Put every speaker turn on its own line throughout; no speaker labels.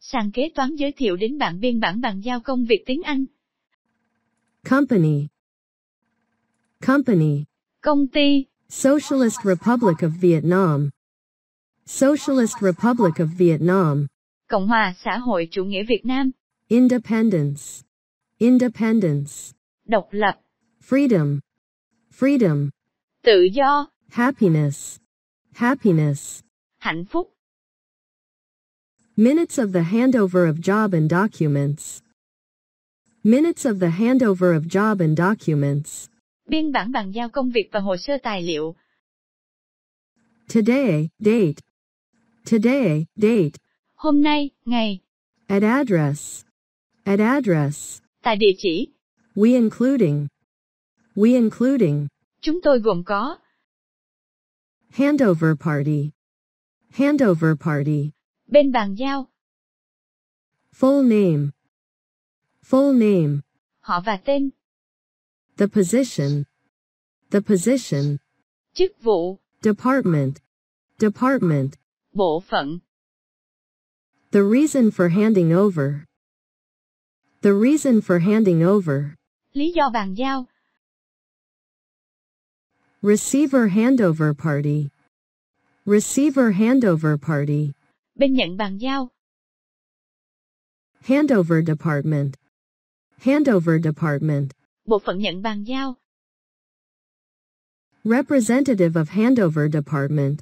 sàn kế toán giới thiệu đến bạn biên bản bàn giao công việc tiếng Anh.
Company. Company.
Công ty,
Socialist Republic of Vietnam. Socialist Republic of Vietnam.
Cộng hòa xã hội chủ nghĩa Việt Nam,
Independence. Independence.
độc lập,
Freedom. Freedom.
tự do,
Happiness. Happiness.
hạnh phúc.
Minutes of the handover of job and documents. Minutes of the handover of job and documents.
Biên bản bàn giao công việc và hồ sơ tài liệu.
Today, date. Today, date.
Hôm nay, ngày,
At address. At address.
tại địa chỉ,
We including. We including.
chúng tôi gồm có
Handover party. Handover party.
bên bàn giao,
Full name. Full name.
họ và tên,
The position. The position.
chức vụ,
Department. Department.
bộ phận,
The reason for handing over. The reason for handing over.
lý do bàn giao,
Receiver handover party. Receiver handover party.
bên nhận bàn giao,
Handover department. Handover department.
bộ phận nhận bàn giao,
Representative of handover department.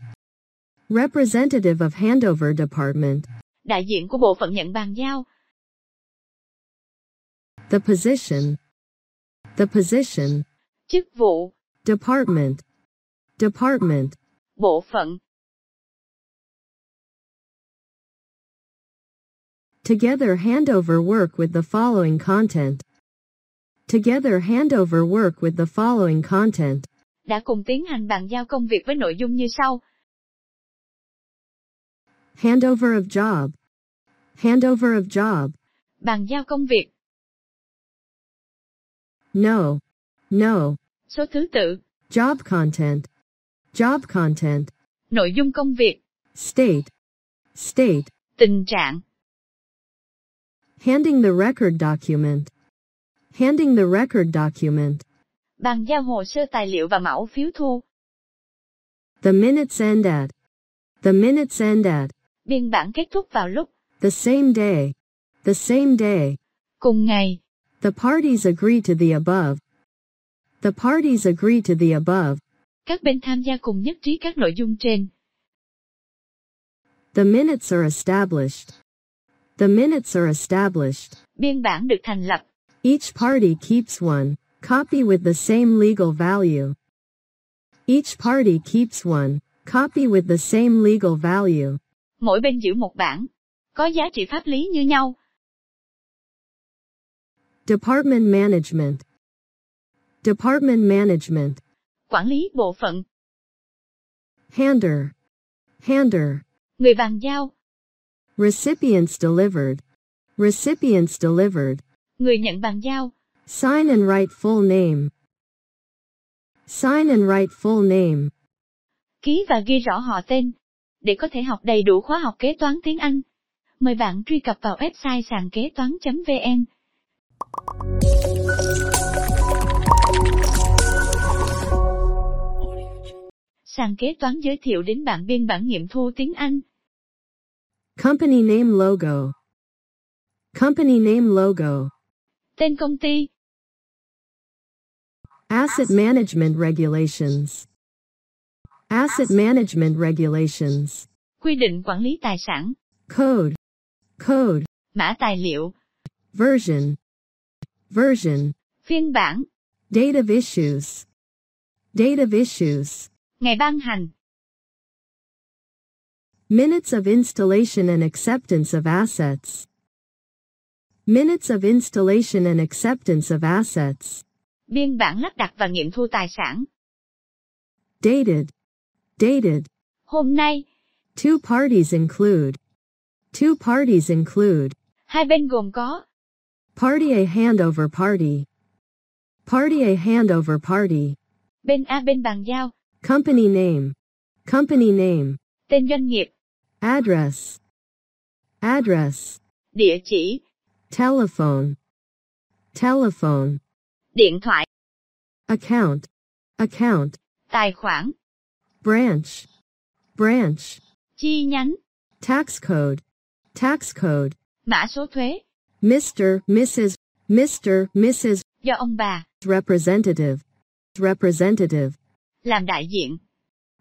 Representative of handover department.
đại diện của bộ phận nhận bàn giao,
The position. The position.
chức vụ,
Department. Department.
bộ phận,
Together handover work with the following content. Together handover work with the following content.
đã cùng tiến hành bàn giao công việc với nội dung như sau.
Handover of job. Handover of job.
Bàn giao công việc,
No. No.
số thứ tự,
Job content. Job content.
nội dung công việc,
State. State.
tình trạng,
Handing the record document. Handing the record document.
bàn giao hồ sơ tài liệu và mẫu phiếu thu,
The minutes end at. The minutes end at.
biên bản kết thúc vào lúc,
The same day. The same day.
cùng ngày,
The parties agree to the above. The parties agree to the above.
các bên tham gia cùng nhất trí các nội dung trên,
The minutes are established. The minutes are established.
biên bản được thành lập,
Each party keeps one copy with the same legal value. Each party keeps one copy with the same legal value.
mỗi bên giữ một bản, có giá trị pháp lý như nhau,
Department management. Department management.
quản lý bộ phận,
Hander. Hander.
người bàn giao,
Recipients delivered. Recipients delivered.
người nhận bàn giao,
Sign and write full name. Sign and write full name.
ký và ghi rõ họ tên, để có thể học đầy đủ khóa học kế toán tiếng Anh. Mời bạn truy cập vào website sàn kế toán.vn. Sàn kế toán giới thiệu đến bạn biên bản nghiệm thu tiếng Anh,
Company name logo. Company name logo.
tên công ty,
Asset management regulations. Asset management regulations.
quy định quản lý tài sản,
Code. Code.
mã tài liệu,
Version. Version.
phiên bản,
Date of issues. Date of issues.
ngày ban hành,
Minutes of installation and acceptance of assets. Minutes of installation and acceptance of assets.
biên bản lắp đặt và nghiệm thu tài sản.
Dated. Dated.
Hôm nay,
Two parties include. Two parties include.
hai bên gồm có
Party A handover party. Party A handover party.
bên A bên bàn giao,
Company name. Company name.
tên doanh nghiệp,
Address. Address.
địa chỉ,
telephone, telephone,
điện thoại,
account, account,
tài khoản,
branch, branch,
chi nhánh,
tax code, tax code,
mã số thuế,
Mr., Mrs., Mr., Mrs.,
do ông bà,
representative, representative.
làm đại diện.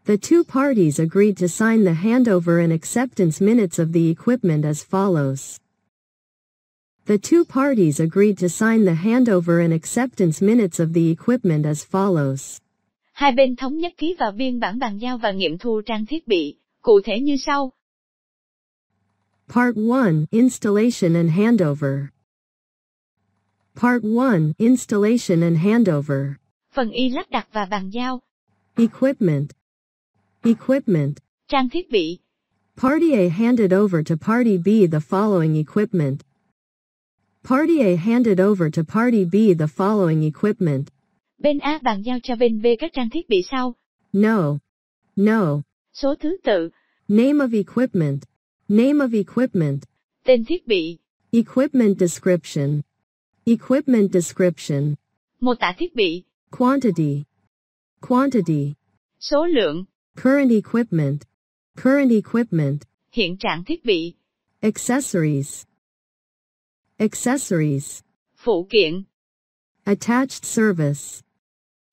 The two parties agreed to sign the handover and acceptance minutes of the equipment as follows. The two parties agreed to sign the handover and acceptance minutes of the equipment as follows.
Hai bên thống nhất ký vào biên bản bàn giao và nghiệm thu trang thiết bị, cụ thể như sau.
Part 1 Installation and Handover. Part 1 Installation and Handover.
Phần y lắp đặt và bàn giao,
Equipment. Equipment.
trang thiết bị,
Party A handed over to Party B the following equipment. Party A handed over to Party B the following equipment.
bên A bàn giao cho bên B các trang thiết bị sau,
No. No.
số thứ tự,
Name of equipment. Name of equipment.
tên thiết bị,
Equipment description. Equipment description.
mô tả thiết bị,
Quantity. Quantity.
số lượng,
Current equipment. Current equipment.
hiện trạng thiết bị,
Accessories. Accessories.
phụ kiện,
Attached service.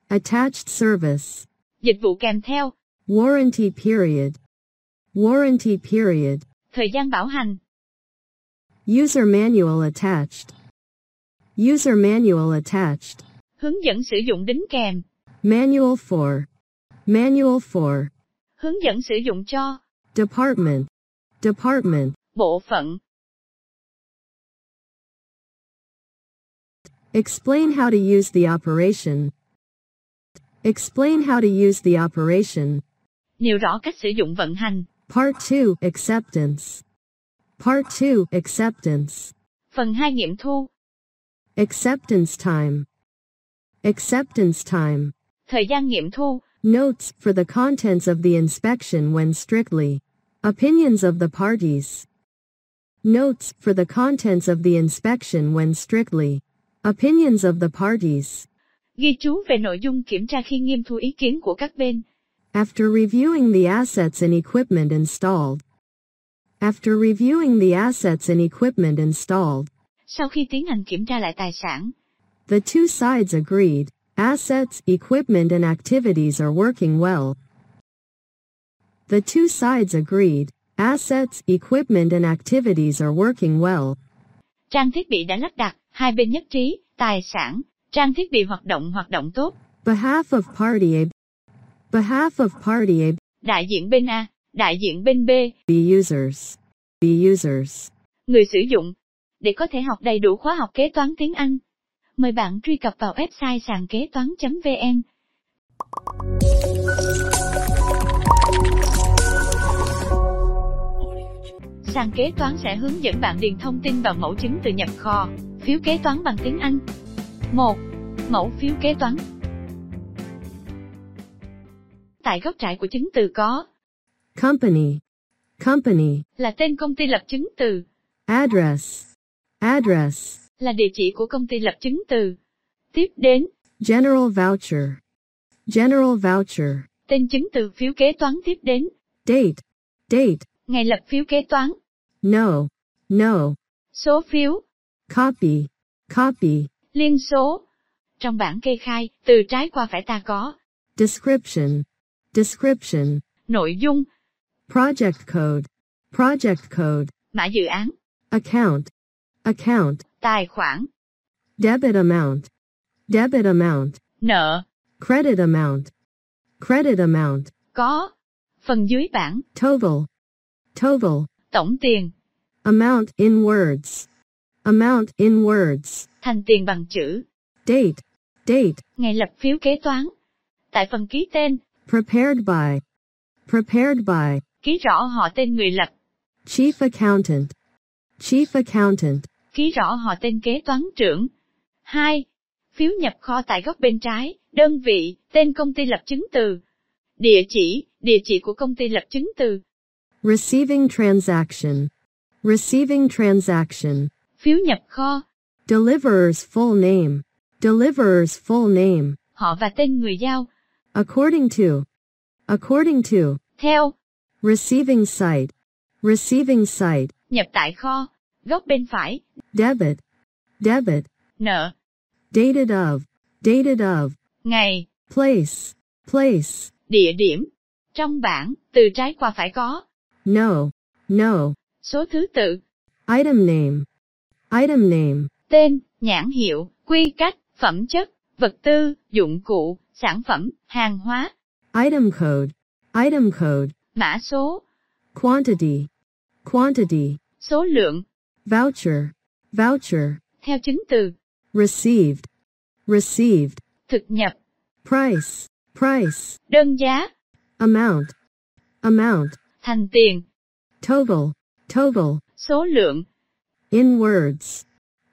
Attached service.
dịch vụ kèm theo,
Warranty period. Warranty period.
thời gian bảo hành,
User manual attached. User manual attached.
hướng dẫn sử dụng đính kèm,
Manual for. Manual for.
hướng dẫn sử dụng cho,
Department. Department.
bộ phận,
Explain how to use the operation. Explain how to use the operation.
nêu rõ cách sử dụng vận hành.
Part 2 Acceptance. Part 2 Acceptance.
Phần 2 nghiệm thu,
Acceptance time. Acceptance time.
thời gian nghiệm thu,
Notes for the contents of the inspection when strictly. Opinions of the parties. Notes for the contents of the inspection when strictly. Opinions of the parties.
ghi chú về nội dung kiểm tra khi nghiêm thu ý kiến của các bên.
After reviewing the assets and equipment installed. After reviewing the assets and equipment installed,
Sau khi tiến hành kiểm tra lại tài sản,
the two sides agreed assets, equipment, and activities are working well. The two sides agreed assets, equipment, and activities are working well.
trang thiết bị đã lắp đặt, hai bên nhất trí, tài sản, trang thiết bị hoạt động hoạt động tốt,
Behalf of party A. Behalf of party A.
đại diện bên A, đại diện bên B,
B users. B users.
người sử dụng. Để có thể học đầy đủ khóa học kế toán tiếng Anh, mời bạn truy cập vào website sàn kế toán.vn. Sàn kế toán sẽ hướng dẫn bạn điền thông tin vào mẫu chứng từ nhập kho, phiếu kế toán bằng tiếng Anh. 1. Mẫu phiếu kế toán Tại góc trái của chứng từ có
Company. Company.
là tên công ty lập chứng từ,
Address. Address.
là địa chỉ của công ty lập chứng từ. Tiếp đến,
General voucher. General voucher.
tên chứng từ phiếu kế toán tiếp đến,
Date. Date.
ngày lập phiếu kế toán,
No. No.
số phiếu,
Copy. Copy.
liên số. Trong bảng kê khai, từ trái qua phải ta có
Description. Description.
nội dung,
Project code. Project code.
mã dự án,
Account. Account.
tài khoản,
Debit amount. Debit amount.
nợ,
Credit amount. Credit amount.
có. Phần dưới bảng,
Total. Total.
tổng tiền,
Amount in words. Amount in words.
thành tiền bằng chữ,
Date. Date.
ngày lập phiếu kế toán. Tại phần ký tên,
Prepared by. Prepared by.
ký rõ họ tên người lập,
Chief accountant. Chief accountant.
ký rõ họ tên kế toán trưởng. 2. Phiếu nhập kho tại góc bên trái, đơn vị, tên công ty lập chứng từ. Địa chỉ, địa chỉ của công ty lập chứng từ.
Receiving transaction. Receiving transaction.
phiếu nhập kho,
Deliverer's full name. Deliverer's full name.
họ và tên người giao,
According to. According to.
theo,
Receiving site. Receiving site.
nhập tại kho, góc bên phải,
Debit. Debit.
nợ,
Dated of. Dated of.
ngày,
Place. Place.
địa điểm. Trong bảng, từ trái qua phải có,
No. No.
số thứ tự,
Item name. Item name.
tên, nhãn hiệu, quy cách, phẩm chất, vật tư, dụng cụ, sản phẩm, hàng hóa,
Item code. Item code.
mã số,
Quantity. Quantity.
số lượng,
Voucher. Voucher.
theo chứng từ,
Received. Received.
thực nhập,
Price. Price.
đơn giá,
Amount. Amount.
thành tiền,
Total. Total.
số lượng,
In words.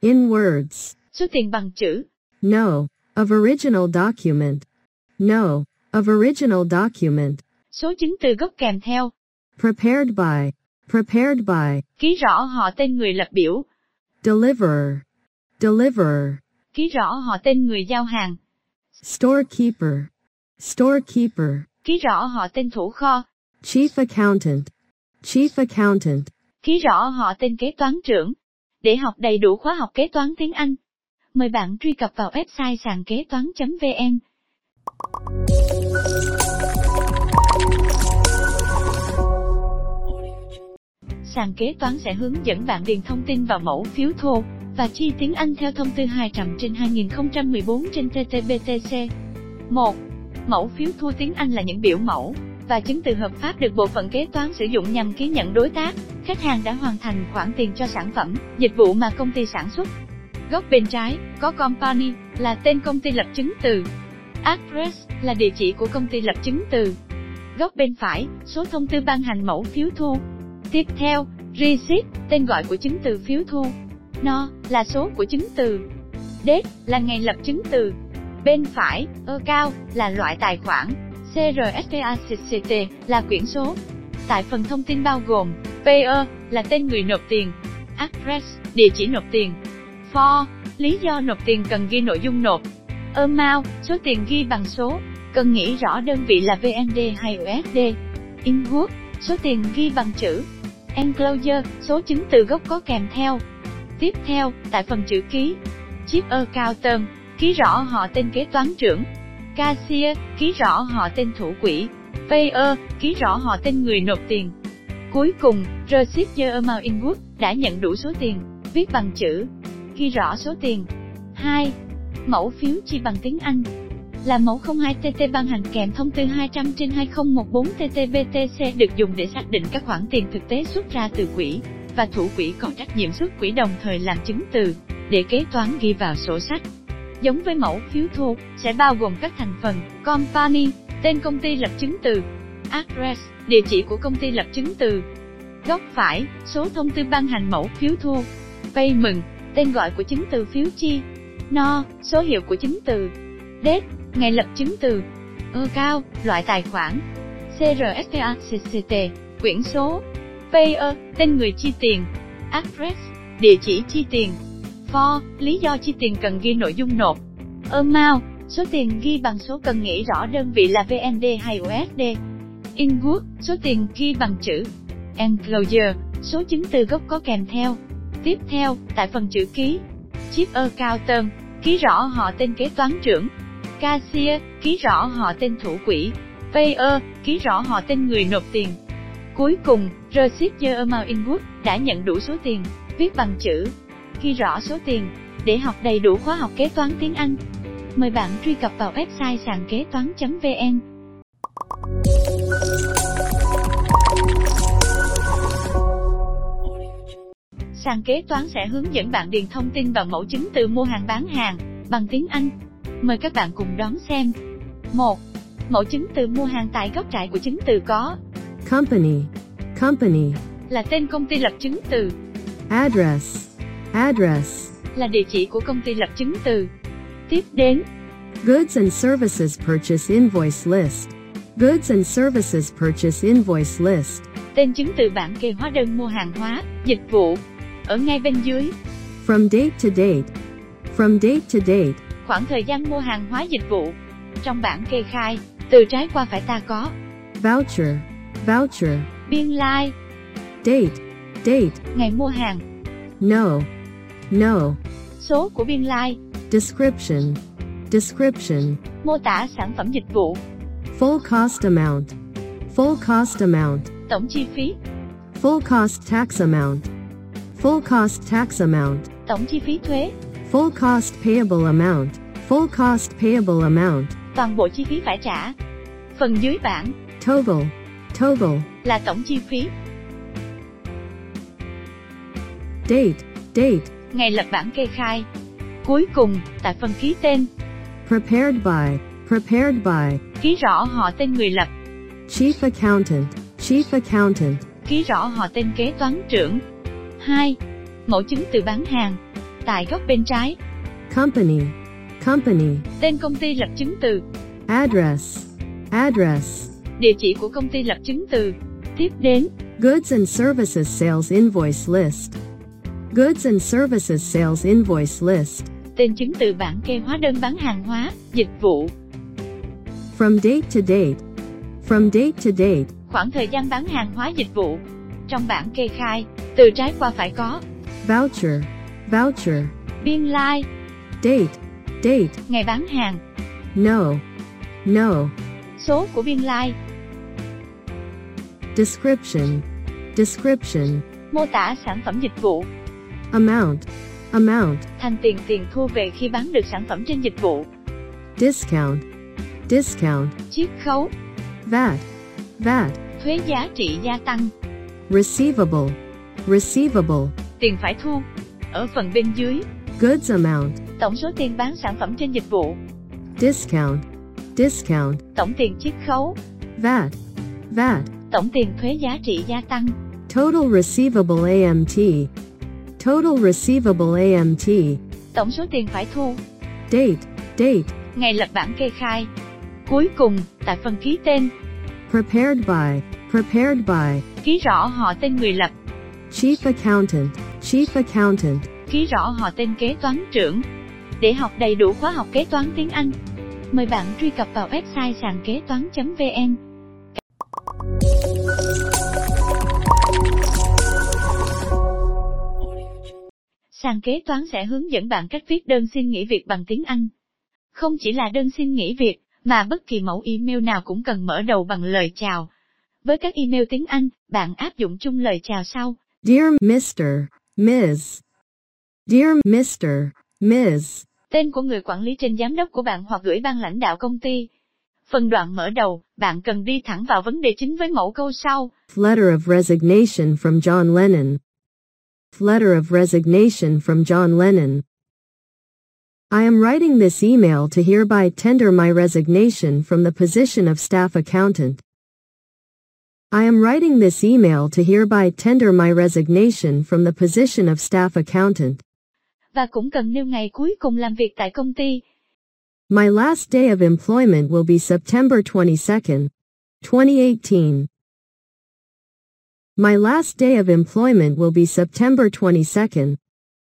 In words.
số tiền bằng chữ,
No. Of original document. No. Of original document.
số chứng từ gốc kèm theo,
Prepared by. Prepared by.
ký rõ họ tên người lập biểu,
Deliverer. Deliverer.
ký rõ họ tên người giao hàng,
Storekeeper. Storekeeper.
ký rõ họ tên thủ kho,
Chief accountant. Chief accountant.
ký rõ họ tên kế toán trưởng. Để học đầy đủ khóa học kế toán tiếng Anh, mời bạn truy cập vào website sàn kế toán.vn. Sàn kế toán sẽ hướng dẫn bạn điền thông tin vào mẫu phiếu thô và chi tiếng Anh theo thông tư 200 trên 2014 trên TTBTC. 1. Mẫu phiếu thô tiếng Anh là những biểu mẫu và chứng từ hợp pháp được bộ phận kế toán sử dụng nhằm ký nhận đối tác khách hàng đã hoàn thành khoản tiền cho sản phẩm, dịch vụ mà công ty sản xuất. Góc bên trái có company là tên công ty lập chứng từ. Address là địa chỉ của công ty lập chứng từ. Góc bên phải, số thông tư ban hành mẫu phiếu thu. Tiếp theo, receipt, tên gọi của chứng từ phiếu thu. No là số của chứng từ. Date là ngày lập chứng từ. Bên phải, account là loại tài khoản. CRSPACCT là quyển số. Tại phần thông tin bao gồm Payer là tên người nộp tiền. Address, địa chỉ nộp tiền. For, lý do nộp tiền cần ghi nội dung nộp. Amount, số tiền ghi bằng số, cần nghĩ rõ đơn vị là VND hay USD. Inward, số tiền ghi bằng chữ. Enclosure, số chứng từ gốc có kèm theo. Tiếp theo, tại phần chữ ký, Chief Accountant, ký rõ họ tên kế toán trưởng. Cashier, ký rõ họ tên thủ quỹ. Payer, ký rõ họ tên người nộp tiền. Cuối cùng, Receiver Amount Inwood đã nhận đủ số tiền, viết bằng chữ, ghi rõ số tiền. 2. Mẫu phiếu chi bằng tiếng Anh là mẫu 02TT ban hành kèm thông tư 200 trên 2014 TTBTC được dùng để xác định các khoản tiền thực tế xuất ra từ quỹ và thủ quỹ có trách nhiệm xuất quỹ đồng thời làm chứng từ để kế toán ghi vào sổ sách. Giống với mẫu phiếu thu, sẽ bao gồm các thành phần company, tên công ty lập chứng từ, address, địa chỉ của công ty lập chứng từ. Góc phải, số thông tư ban hành mẫu phiếu thu. Payment, tên gọi của chứng từ phiếu chi. No, số hiệu của chứng từ. Date, ngày lập chứng từ. Ưa cao, loại tài khoản. CRSPACCT, quyển số. Payer, tên người chi tiền. Address, địa chỉ chi tiền. For, lý do chi tiền cần ghi nội dung nộp. Amount, số tiền ghi bằng số cần nghĩ rõ đơn vị là VND hay USD. Inward, số tiền ghi bằng chữ. Enclosure, số chứng từ gốc có kèm theo. Tiếp theo, tại phần chữ ký, Chief Accountant, ký rõ họ tên kế toán trưởng. Cashier, ký rõ họ tên thủ quỹ. Payer, ký rõ họ tên người nộp tiền. Cuối cùng, Receiver Amount Inwood đã nhận đủ số tiền, viết bằng chữ, ghi rõ số tiền, để học đầy đủ khóa học kế toán tiếng Anh. Mời bạn truy cập vào website sàn kế toán.vn. Sàn kế toán sẽ hướng dẫn bạn điền thông tin vào mẫu chứng từ mua hàng bán hàng bằng tiếng Anh. Mời các bạn cùng đón xem. 1. Mẫu chứng từ mua hàng tại góc trái của chứng từ có
Company. Company.
là tên công ty lập chứng từ,
Address. Address.
là địa chỉ của công ty lập chứng từ. Tiếp đến,
Goods and services purchase invoice list. Goods and services purchase invoice list.
tên chứng từ bản kê hóa đơn mua hàng hóa, dịch vụ. Ở ngay bên dưới,
From date to date. From date to date.
khoảng thời gian mua hàng hóa dịch vụ. Trong bản kê khai, từ trái qua phải ta có
Voucher. Voucher.
biên lai,
Date. Date.
ngày mua hàng,
No. No.
số của biên lai,
Description. Description.
mô tả sản phẩm dịch vụ,
Full cost amount. Full cost amount.
tổng chi phí,
Full cost tax amount. Full cost tax amount.
tổng chi phí thuế,
Full cost payable amount. Full cost payable amount.
toàn bộ chi phí phải trả. Phần dưới bảng
Total. Total.
là tổng chi phí,
Date. Date.
ngày lập bản kê khai. Cuối cùng, tại phần ký tên,
Prepared by. Prepared by.
ký rõ họ tên người lập,
Chief accountant. Chief accountant.
ký rõ họ tên kế toán trưởng. 2. Mẫu chứng từ bán hàng. Tại góc bên trái,
Company. Company.
tên công ty lập chứng từ,
Address. Address.
địa chỉ của công ty lập chứng từ. Tiếp đến,
Goods and services sales invoice list. Goods and services sales invoice list.
tên chứng từ bản kê hóa đơn bán hàng hóa, dịch vụ,
From date to date. From date to date.
khoảng thời gian bán hàng hóa dịch vụ. Trong bản kê khai, từ trái qua phải có
Voucher. Voucher.
biên lai,
Date. Date.
ngày bán hàng,
No. No.
số của biên lai,
Description. Description.
mô tả sản phẩm dịch vụ,
Amount. Amount.
thành tiền tiền thu về khi bán được sản phẩm trên dịch vụ,
Discount. Discount.
chiết khấu,
VAT. VAT.
thuế giá trị gia tăng,
Receivable. Receivable.
tiền phải thu. Ở phần bên dưới,
Goods amount.
tổng số tiền bán sản phẩm trên dịch vụ,
Discount. Discount.
tổng tiền chiết khấu,
VAT. VAT.
tổng tiền thuế giá trị gia tăng,
Total receivable AMT. Total receivable AMT.
tổng số tiền phải thu,
Date. Date.
ngày lập bản kê khai. Cuối cùng, tại phần ký tên,
Prepared by. Prepared by.
ký rõ họ tên người lập,
Chief accountant. Chief accountant.
ký rõ họ tên kế toán trưởng. Để học đầy đủ khóa học kế toán tiếng Anh, mời bạn truy cập vào website sàn kế toán.vn. Sàn kế toán sẽ hướng dẫn bạn cách viết đơn xin nghỉ việc bằng tiếng Anh. Không chỉ là đơn xin nghỉ việc, mà bất kỳ mẫu email nào cũng cần mở đầu bằng lời chào. Với các email tiếng Anh, bạn áp dụng chung lời chào sau.
Dear Mr. Ms. Dear Mr. Ms.
tên của người quản lý trên giám đốc của bạn hoặc gửi ban lãnh đạo công ty. Phần đoạn mở đầu, bạn cần đi thẳng vào vấn đề chính với mẫu câu sau.
Letter of resignation from John Lennon. Letter of resignation from John Lennon. I am writing this email to hereby tender my resignation from the position of staff accountant. I am writing this email to hereby tender my resignation from the position of staff accountant.
Và cũng cần nêu ngày cuối cùng làm việc tại công ty.
My last day of employment will be September 22nd, 2018. My last day of employment will be September 22nd,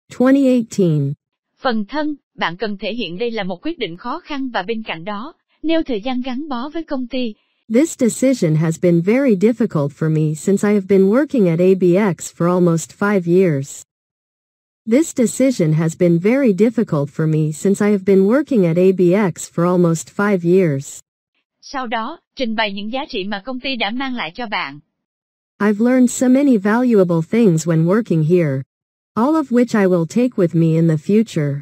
2018.
Phần thân, bạn cần thể hiện đây là một quyết định khó khăn và bên cạnh đó, nêu thời gian gắn bó với công ty.
This decision has been very difficult for me since I have been working at ABX for almost five years. This decision has been very difficult for me since I have been working at ABX for almost five years.
Sau đó, trình bày những giá trị mà công ty đã mang lại cho bạn.
I've learned so many valuable things when working here. All of which I will take with me in the future.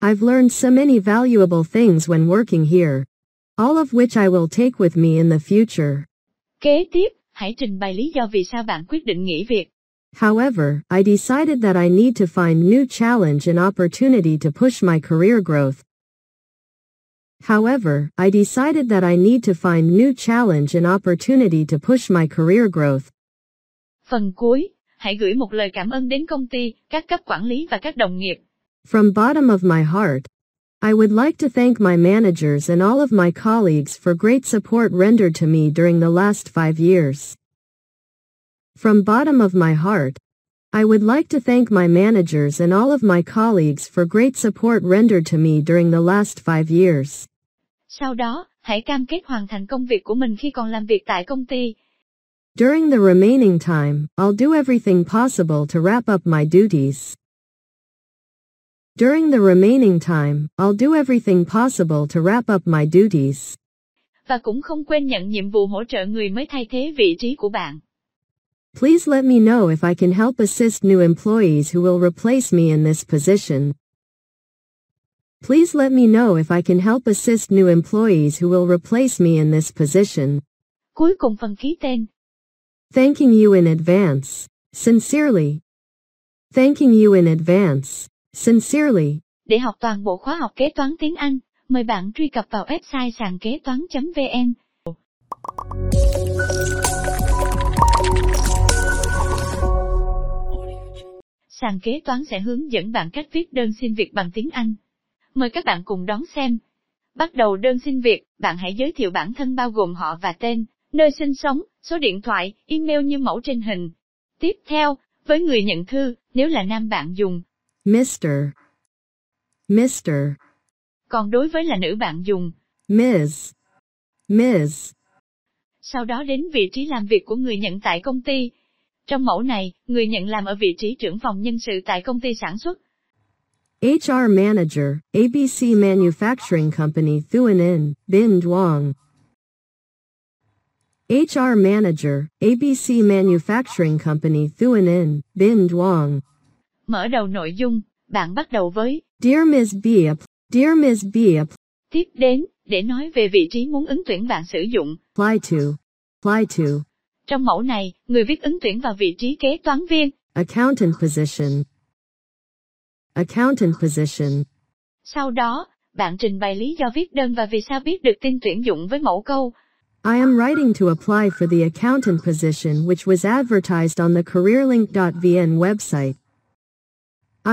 I've learned so many valuable things when working here. All of which I will take with me in the future.
Kế tiếp, hãy trình bày lý do vì sao bạn quyết định nghỉ việc.
However, I decided that I need to find new challenge and opportunity to push my career growth. However, I decided that I need to find new challenge and opportunity to push my career growth.
Phần cuối, hãy gửi một lời cảm ơn đến công ty, các cấp quản lý và các đồng nghiệp.
From bottom of my heart, I would like to thank my managers and all of my colleagues for great support rendered to me during the last five years. From bottom of my heart, I would like to thank my managers and all of my colleagues for great support rendered to me during the last five years.
Sau đó, hãy cam kết hoàn thành công việc của mình khi còn làm việc tại công ty.
During the remaining time, I'll do everything possible to wrap up my duties. During the remaining time, I'll do everything possible to wrap up my duties.
Và cũng không quên nhận nhiệm vụ hỗ trợ người mới thay thế vị trí của bạn.
Please let me know if I can help assist new employees who will replace me in this position. Please let me know if I can help assist new employees who will replace me in this position.
Cuối cùng phần ký tên,
Thanking you in advance. Sincerely. Thanking you in advance. Sincerely.
để học toàn bộ khóa học kế toán tiếng Anh, mời bạn truy cập vào website sàn kế toán.vn. Sàn kế toán sẽ hướng dẫn bạn cách viết đơn xin việc bằng tiếng Anh. Mời các bạn cùng đón xem. Bắt đầu đơn xin việc, bạn hãy giới thiệu bản thân bao gồm họ và tên, nơi sinh sống, số điện thoại, email như mẫu trên hình. Tiếp theo, với người nhận thư, nếu là nam bạn dùng,
Mr. Mr.
còn đối với là nữ bạn dùng.
Ms. Ms.
sau đó đến vị trí làm việc của người nhận tại công ty. Trong mẫu này, người nhận làm ở vị trí trưởng phòng nhân sự tại công ty sản xuất.
HR Manager, ABC Manufacturing Company Thuan In, Bin Duong. HR Manager, ABC Manufacturing Company Thuan In, Bin Duong.
Mở đầu nội dung, bạn bắt đầu với,
Dear Ms. B. app- Dear Ms. B. app-
tiếp đến, để nói về vị trí muốn ứng tuyển bạn sử dụng.
Apply to. Apply to.
Trong mẫu này, người viết ứng tuyển vào vị trí kế toán viên.
Accountant position. Accountant position.
Sau đó, bạn trình bày lý do viết đơn và vì sao biết được tin tuyển dụng với mẫu câu.
I am writing to apply for the accountant position which was advertised on the careerlink.vn website.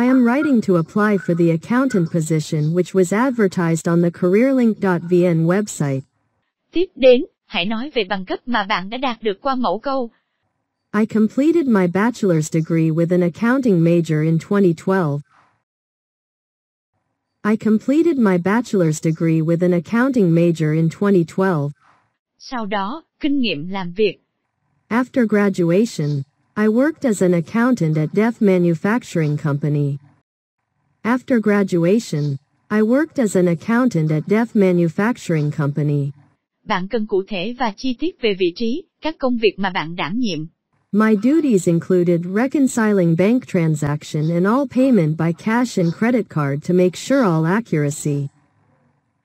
I am writing to apply for the accountant position which was advertised on the careerlink.vn website.
Tiếp đến, hãy nói về bằng cấp mà bạn đã đạt được qua mẫu câu.
I completed my bachelor's degree with an accounting major in 2012. I completed my bachelor's degree with an accounting major in 2012.
Sau đó, kinh nghiệm làm việc.
After graduation, I worked as an accountant at Def Manufacturing Company. After graduation, I worked as an accountant at Def Manufacturing Company.
Bạn cần cụ thể và chi tiết về vị trí, các công việc mà bạn đảm nhiệm.
My duties included reconciling bank transaction and all payment by cash and credit card to make sure all accuracy.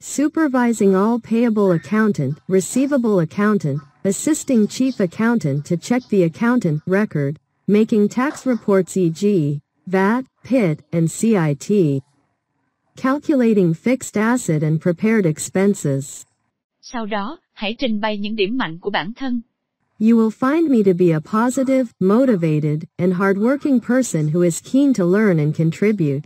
Supervising all payable accountant, receivable accountant, assisting chief accountant to check the accountant record, making tax reports e e.g., VAT, PIT, and CIT. Calculating fixed asset and prepared expenses.
Sau đó, hãy trình bày những điểm mạnh của bản thân.
You will find me to be a positive, motivated, and hardworking person who is keen to learn and contribute.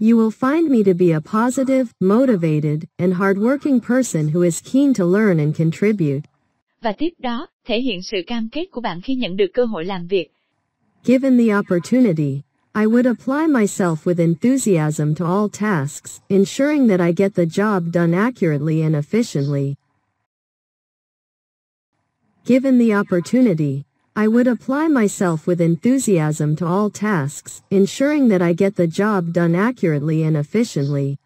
You will find me to be a positive, motivated, and hardworking person who is keen to learn and contribute.
Và tiếp đó, thể hiện sự cam kết của bạn khi nhận được cơ hội làm việc.
Given the opportunity, I would apply myself with enthusiasm to all tasks, ensuring that I get the job done accurately and efficiently. Given the opportunity, I would apply myself with enthusiasm to all tasks, ensuring that I get the job done accurately and efficiently.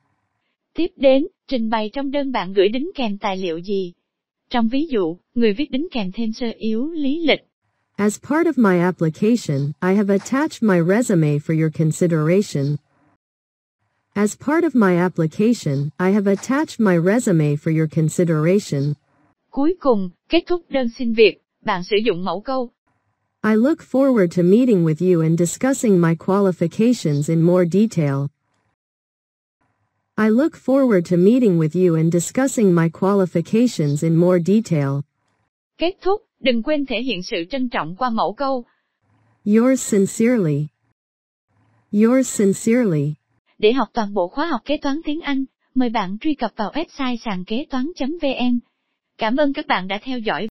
Tiếp đến, trình bày trong đơn bạn gửi đính kèm tài liệu gì. Trong ví dụ, người viết đính kèm thêm sơ yếu lý lịch.
As part of my application, I have attached my resume for your consideration. As part of my application, I have attached my resume for your consideration.
Cuối cùng, kết thúc đơn xin việc, bạn sử dụng mẫu câu.
I look forward to meeting with you and discussing my qualifications in more detail. I look forward to meeting with you and discussing my qualifications in more detail.
Kết thúc, đừng quên thể hiện sự trân trọng qua mẫu câu.
Yours sincerely. Yours sincerely.
Để học toàn bộ khóa học kế toán tiếng Anh, mời bạn truy cập vào website sàn kế toán.vn. Cảm ơn các bạn đã theo dõi.